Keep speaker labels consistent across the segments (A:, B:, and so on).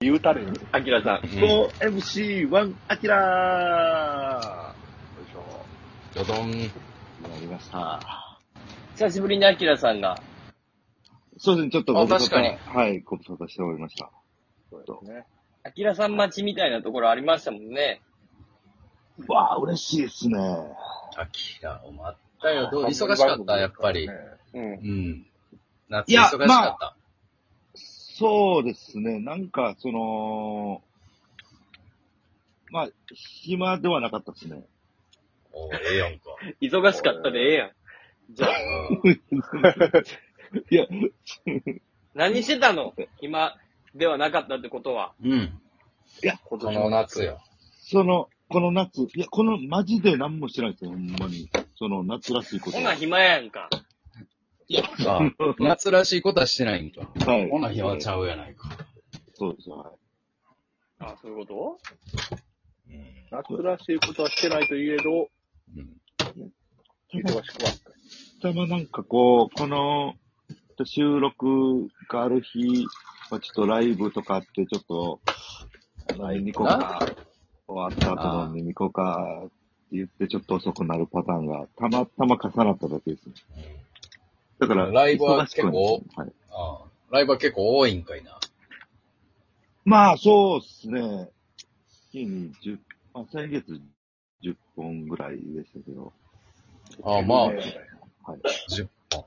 A: 言うたれよ。
B: アキラさん。
A: 5MC1、アキラーよいし
C: ド
A: ょ。
C: ドン。
A: やりました。
B: 久しぶりにアキラさんが。
D: そうですね、ちょっと
B: あ
D: ご無沙
B: 確かに
D: 汰、はい、ご無沙汰しておりました。
A: そうですね。
B: アキラさん待ちみたいなところありましたもんね。
D: わあ、嬉しいですね。
C: アキラを待ったよ。どう忙しかった、やっぱり。
B: うん。
C: うん。夏
D: いや
C: 忙しかった。
D: そうですね、なんか、その、まあ、暇ではなかったですね。
C: おーええやんか。
B: 忙しかったでええやん。じゃあ、
D: いや、
B: 何してたの暇ではなかったってことは。
C: うんうん。
A: こ
C: この夏。よ。
D: その、この夏、いや、この、マジで何もしてないですよ、ほんまに。その、夏らしいこと
B: ほ
D: は。
B: な暇やんか。
C: あー夏らしいことはしてないんか。
D: はい。
C: ほな、日はちゃうやないか。
D: そうです、は
B: あ、そういうこ
C: うん
A: 夏らしいことはしてないといえど、
C: うん。
A: 忙しくは。
D: い。たまなんかこう、この、収録がある日、まあ、ちょっとライブとかあって、ちょっと、何にこか終わった後の飲み行こうかって言ってちょっと遅くなるパターンがたまたま重なっただけですね。だから、
C: ライブは
D: 忙しくなっ
C: 結
D: ちゃうはい、
C: あーライブは結構多いんかいな。
D: まあ、そうですね。月に10、まあ、先月10本ぐらいでしたけど、
C: あーまあ、
D: はい。
C: 10本。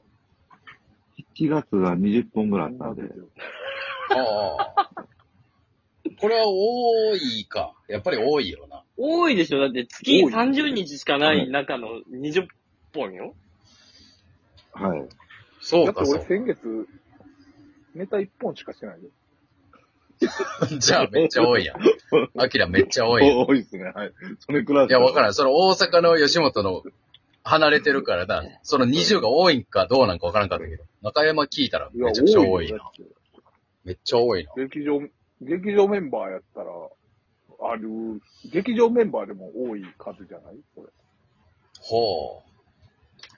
D: 7月が20本ぐらいあったんで、
C: ああ。これは多いか。やっぱり多いよな。
B: と多いでしょだって月
A: 多い
B: 30日しかない中の20本よ。
D: はい。
C: そ
A: だって俺先月、ネタ1本しかしてないよ。
C: じゃあめっちゃ多いやん。アキラめっちゃ多いやん。い
D: 多いですね。はい。それくらい
C: や、わかららん。その大阪の吉本の離れてるからな。その20が多いんかどうなんかわからんかったけど。中山聞いたら
A: いや、
C: めちゃくちゃ多
A: 多
C: い
A: いよ。
C: な
A: だ。って
C: めっちゃ多いな。
A: 劇場、劇場メンバーやったら、ある、劇場メンバーでも多い数じゃないこれ。
C: ほ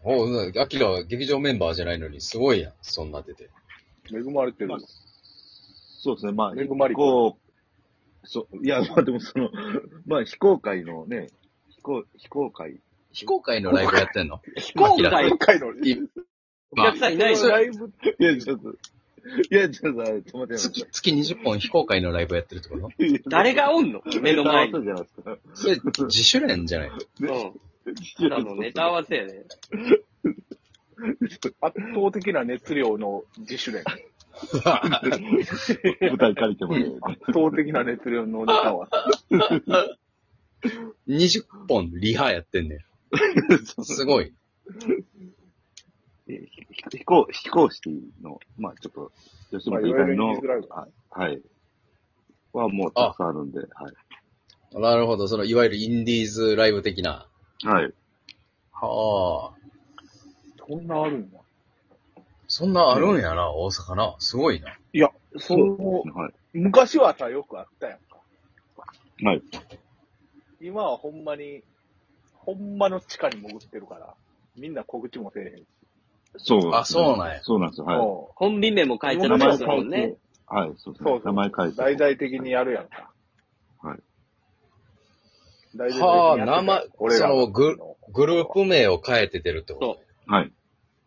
C: う。おう、アキラは劇場メンバーじゃないのにすごいやん。そんな出て。
A: 恵まれてる。
D: まあそうですね。まあ、
A: 恵まれ
D: 非公そう、いや、まあでもその、 まあ非公開のね、非公、非公開。
C: 非公開のライブやってんの
B: 非公
C: アキラ
B: 開
A: 今回の、
B: お客さんいないでしょ
A: ライブ、
D: いや、ちょっと、いや、ちょっと、あれ、止めてよ
C: 月、月20本非公開のライブやってるってこと
B: 誰がおんの目の前に。
D: ネタ合わせじゃないですか。
C: それ自主練じゃない
B: うん。ただの ネタ合わせやで。
A: 圧倒的な熱量の 自主練。
D: 舞台借りてもらう
A: 圧倒的な熱量のネタは。
C: 20本リハやってんねん。すごい。
D: え非公、非公式の、まあちょっと、吉本以外
A: まあいわゆるインディ
D: の
A: ーズライブ、
D: はいはい。はもうたくさんあるんで、はい。
C: なるほど。その、いわゆるインディーズライブ的な。
D: はい。
C: はあ。
A: そんなあるんだ。
C: そんなあるんやな、大阪な。すごいな。
A: いや、そう、
D: は
A: 昔はさ、よくあったやんか。
D: い。はい。
A: 今はほんまに、ほんまの地下に潜ってるから、みんな告知もせえへんし。
D: そう、
C: あそうなんや
D: そうなんですよ、はい。
A: も
B: コンビ名も書いちゃ
D: 名
B: ダメ
A: う
B: で
D: 前
B: す
D: 変
B: もん
D: え
B: ね
D: て。、はい、そうです
A: そう
D: ね
A: そ。
D: 名
A: う
D: 前変え
A: う
D: て。
A: 大々的にやるやんか。
D: はい。
A: 大々的に
C: はあ、
A: やる
C: 名前、
A: 俺
C: そ
A: ら
C: のグ、グループ名を変えて出るってこ
D: はい。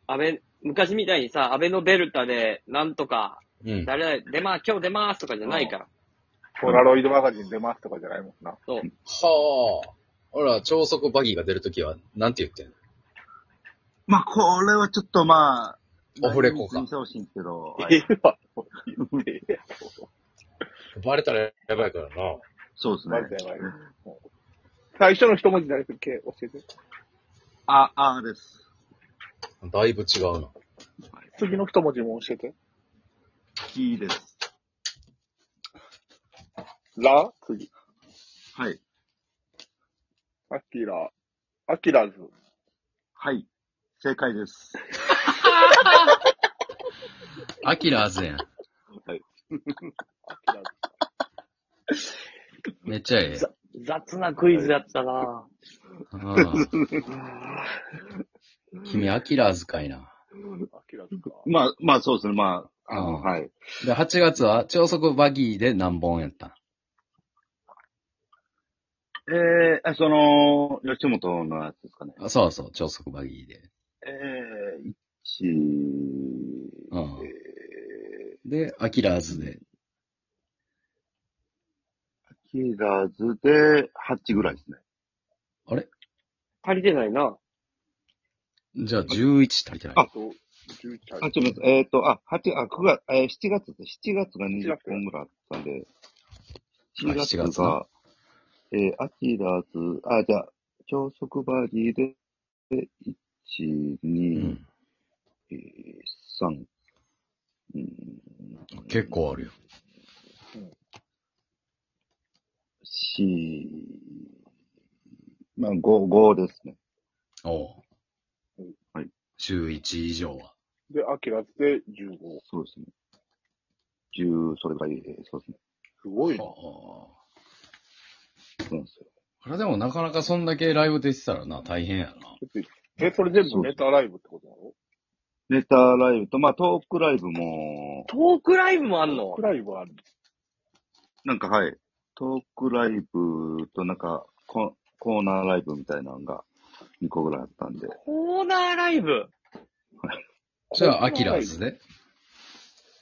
B: 安倍、昔みたいにさ、安倍のベルタで、なんとか、
C: と。うん。
B: 誰々、出まー、今日出まーすとかじゃないから。
A: ポラロイドマガジン出ますとかじゃないもんな。
B: そう。
C: はあ。ほら、超速バギーが出るときは、なんて言ってんの
D: まあ、これはちょっとまあ、
C: オフレコか
D: 何にしてほしいんですけ ど、は
A: え
D: い、
A: えわ。
C: バレたらやばいからな。
D: そうですね
A: マ。ジでやばい。もう最初の一文字誰だっけ教えて。
D: あ、あーです。
C: だいぶ違うな。
A: 次の一文字も教えて。
D: キーです。
A: ラ次。
D: はい。
A: アキラ。アキラズ。
D: はい。正解です。
C: アキラーズやん。
A: アキラズ。
C: めっちゃええ。
B: 雑なクイズやったな
C: 君、アキラーズかいな。
A: アキラズか。
D: まあ、まあそうですね。まあ、あ
C: う
D: の、
C: ん
D: はい。
C: で、8月は超速バギーで何本やったん
D: えー、あその、吉本のやつですかね。
C: あそうそう、超速バギーで。
D: えー、1、
C: う
D: え
C: ん
D: ー、
C: で、アキラーズで。
D: ヒーラーズで8ぐらいですね。
C: あれ
B: 足りてないな。
C: じゃあ11足りてない。
A: あと、11
D: あ、
A: 回。
D: ちょっと待って、えっ、と、あ、8、あ、9月、えー、7月です、7月が20本ぐらいあったんで、7月
C: あ7月
D: が、えー、アキラーズ、あ、じゃあ、超速バーディーで、1、
C: う
D: 2、
C: ん。
D: えー3、うん、
C: 結構あるよ。
D: 4、まあ、5、5ですね。
C: おう
D: はい。
C: 週1以上は。
A: で、アキラスで15。
D: そうですね。10、それがいい、えーそうですね。
A: すごいな。
C: はあ
D: そうなんですよ。
C: あれでもなかなかそんだけライブでしたらな、大変やな。
A: え、それ全部ネタライブってことなの
D: ネタライブと、まあ、トークライブも、
B: トークライブもあんの
A: クライブある。
D: なんかはい、トークライブとなんかコ、コーナーライブみたいなのが2個ぐらいあったんで、
B: コーナーライブ。
C: じゃあ、アキラーズで。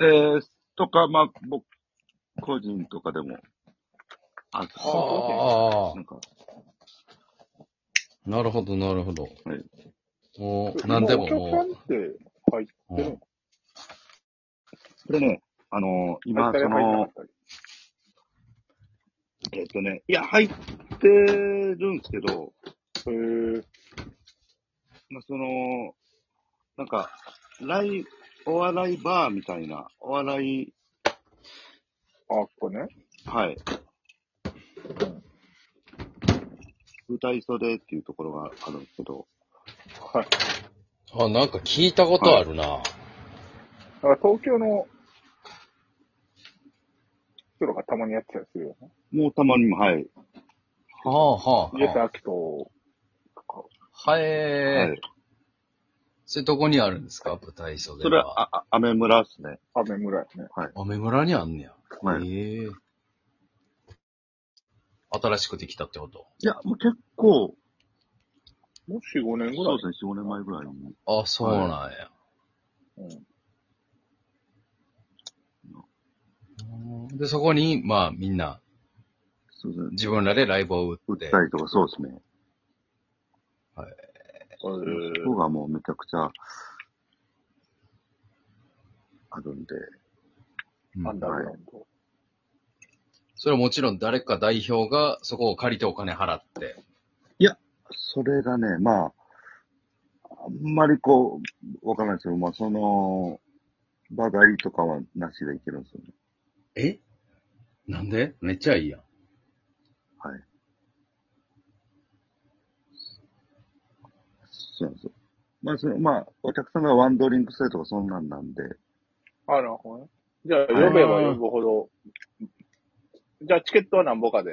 D: えー、とか、まあ、僕、個人とかでも、あった
C: はあ
D: なんか、
C: なるほど、なるほど。
D: はい
C: もう、な
A: 今
C: んで
A: お
C: も
A: 客さ
C: も
A: んって入
C: う
A: ってるの
D: これね、あのー
A: 入
D: 今、
A: ったり
D: そ
A: 入んな
D: の
A: か、ったり。
D: えっ、とね、いや、入ってるんですけど、
A: えー、
D: まあ、その、なんか、ライ、お笑いバーみたいな、お笑い、
A: あ、これね。
D: はい。舞台袖っていうところがあるんですけど、
A: はい。
C: う。あ、なんか聞いたことあるな。
A: だから東京の人がたまにやってたりするよね。
D: もうたまにも、はい。
C: はあ、は
A: イエス・
C: あ、は
A: アキトとか。
C: あ。はえ
D: は
C: ー
D: い。。
C: それどこにあるんですか舞台袖
D: それは、
C: は。
D: あ、あ、アメ村ですね。
A: 雨村やね。
C: 雨村にあんねや。
D: はい。い
C: ええ新しくできたってこと
D: や、もう結構、
A: もう4、5年ぐ
D: そ
A: ら
D: う
A: い。
D: ですね、4、5年前ぐらいに。
C: あ、そうなんや。で、そこに、まあみんな、
D: そうですね。
C: 自分らでライブを
D: 打
C: 打
D: っ
C: っ。
D: てたりとか、そうですね。
A: うん。
D: 人がもうめちゃくちゃ、あるんで。
C: うん
A: アンダーグラウンド。
C: それはもちろん誰か代表がそこを借りてお金払って。
D: それがね、まあ、あんまりこう、わからないですけど、まあ、その、場がいいとかはなしでいけるんですよね。
C: えなんでめっちゃいいやん。
D: はい。そうなんですよ。まあ、その、まあ、お客さんがワンドリンク制とかそんなんなんで、
A: あ、なるほどね。じゃあ、呼べば呼ぶほど。じゃあ、チケットは何ぼかで。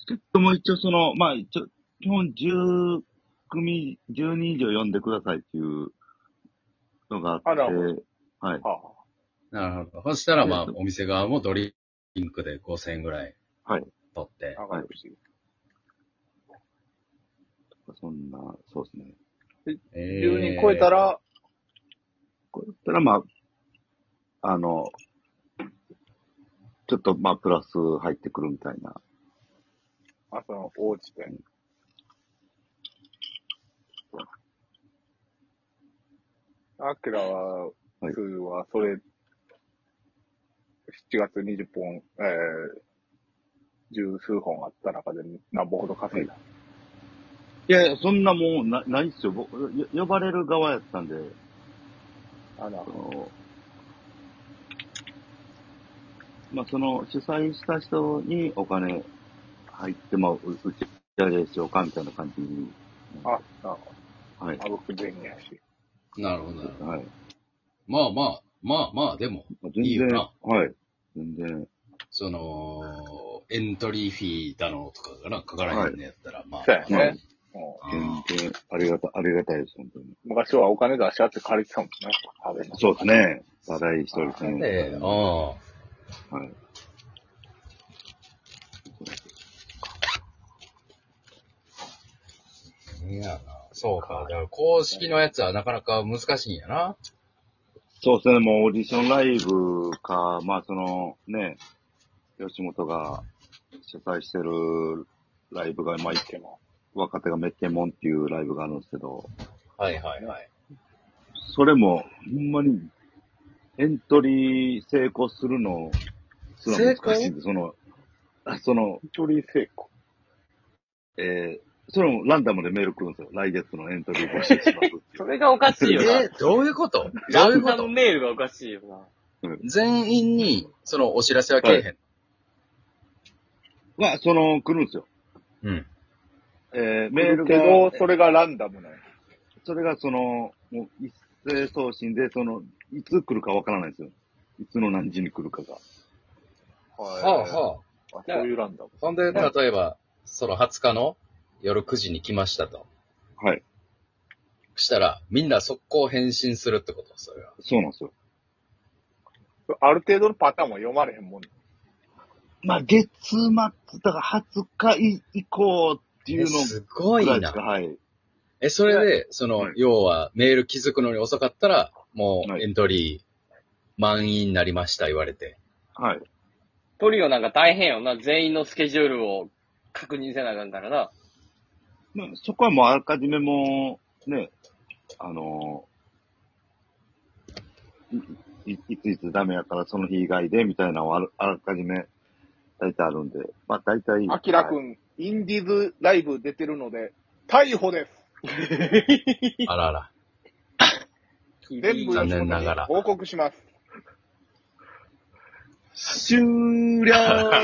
D: チケットも一応その、まあ、一応、基本10組、10人以上呼んでくださいっていうのがあって、
A: あらも
D: はい。
A: は
C: なるほど。そしたらまあ
D: うん
C: お店側もドリンクで5000円ぐらい。
D: はい。
C: 取って
A: あ、。上がるし。
D: そんな、そうですね。
A: 10人超えたら、
D: これたら、まあ、あの、ちょっと、まあ、プラス入ってくるみたいな。
A: あ、その、落ちて。アキラは、
D: はい
A: 2は、それ、7月20本、えー、十数本あった中で何本ほど稼いだ。
D: いやいや、そんなもうな、ないっすよ。僕、よ呼ばれる側やったんで、
A: あの
D: あ、の、まあ、その、主催した人にお金入って、まあ、う打ち上げしようか、みたいな感じに。
A: あ、あ、
D: はい。
A: あぶく全員やし。
C: なるほどなるほど。
D: はい。
C: まあまあ、まあまあ、でも、
D: まあ
C: いい
D: 全
C: よ
D: 然、
C: な
D: はい。全然、
C: その、エントリーフィーだのとかがな、かからへんのやったら、まあ。
A: そうや
D: まあ
A: ね。うん
C: うん
D: 全然、ありがた、ありがたいです、本当に。
A: 昔はお金出し合って借りてたもんね。食べ物
D: そうですね。ただい一人戦。
C: ええ、うん。そ
D: はい。
C: うやな。そうか。だから公式のやつはなかなか難しいんやな。
D: そうですね、もうオーディションライブか、まあそのね、吉本が主催してるライブが、まあ一軒も、若手がメッケモンっていうライブがあるんですけど、
C: はいはいはい。
D: それも、ほんまに、エントリー成功するの、すら難しいんで、その、あその、
A: 一人成功。
D: えー、それもランダムでメール来るんですよ。来月のエントリー募集しますっ ていう
B: それがおかしいよ
C: え
B: な。、
C: どういうことど
B: ラ
C: ういう
B: ン
C: こ
B: ダ
C: と
B: ムメールがおかしいよな。
C: 全員に、そのお知らせはけえへん。
D: まあ、その、来るんですよ。
C: うん。
D: えー、メ
A: メ
D: ール
A: ール
D: が
A: け、ど、それがランダムなんや。
D: それがその、もう一斉送信で、その、いつ来るかわからないんですよ。いつの何時に来るかが。
A: は
C: はあは
A: あそういうランダム。
C: あ。ほんで、例えば、その20日の夜9時に来ましたと。
D: はい。
C: したら、みんな速攻返信するってことそれは。
D: そうなんですよ。
A: ある程度のパターンは読まれへんもんね。
D: まあ、月末、だから20日以降っていう
C: え
D: の
C: すご
D: ぐら
C: い
D: いですか。
C: な。
D: はい。
C: え、それで、その、
D: はい
C: 要は、メール気づくのに遅かったら、も
D: は
C: う、
D: い
C: エントリー、満員になりました、言わ れて。
D: はい。
B: トリオなんか大変よな。全員のスケジュールを確認せなあかんからな。
D: まあ、そこはもうあらかじめもう、ね、あのいい、いついつダメやからその日以外でみたいなのをあらあらかじめ大体あるんで、まあ大体。
A: アキラくん、インディーズライブ出てるので、逮捕です。
C: あらあら。
A: 全部
C: 残念ながら
A: 報告します。
D: 終了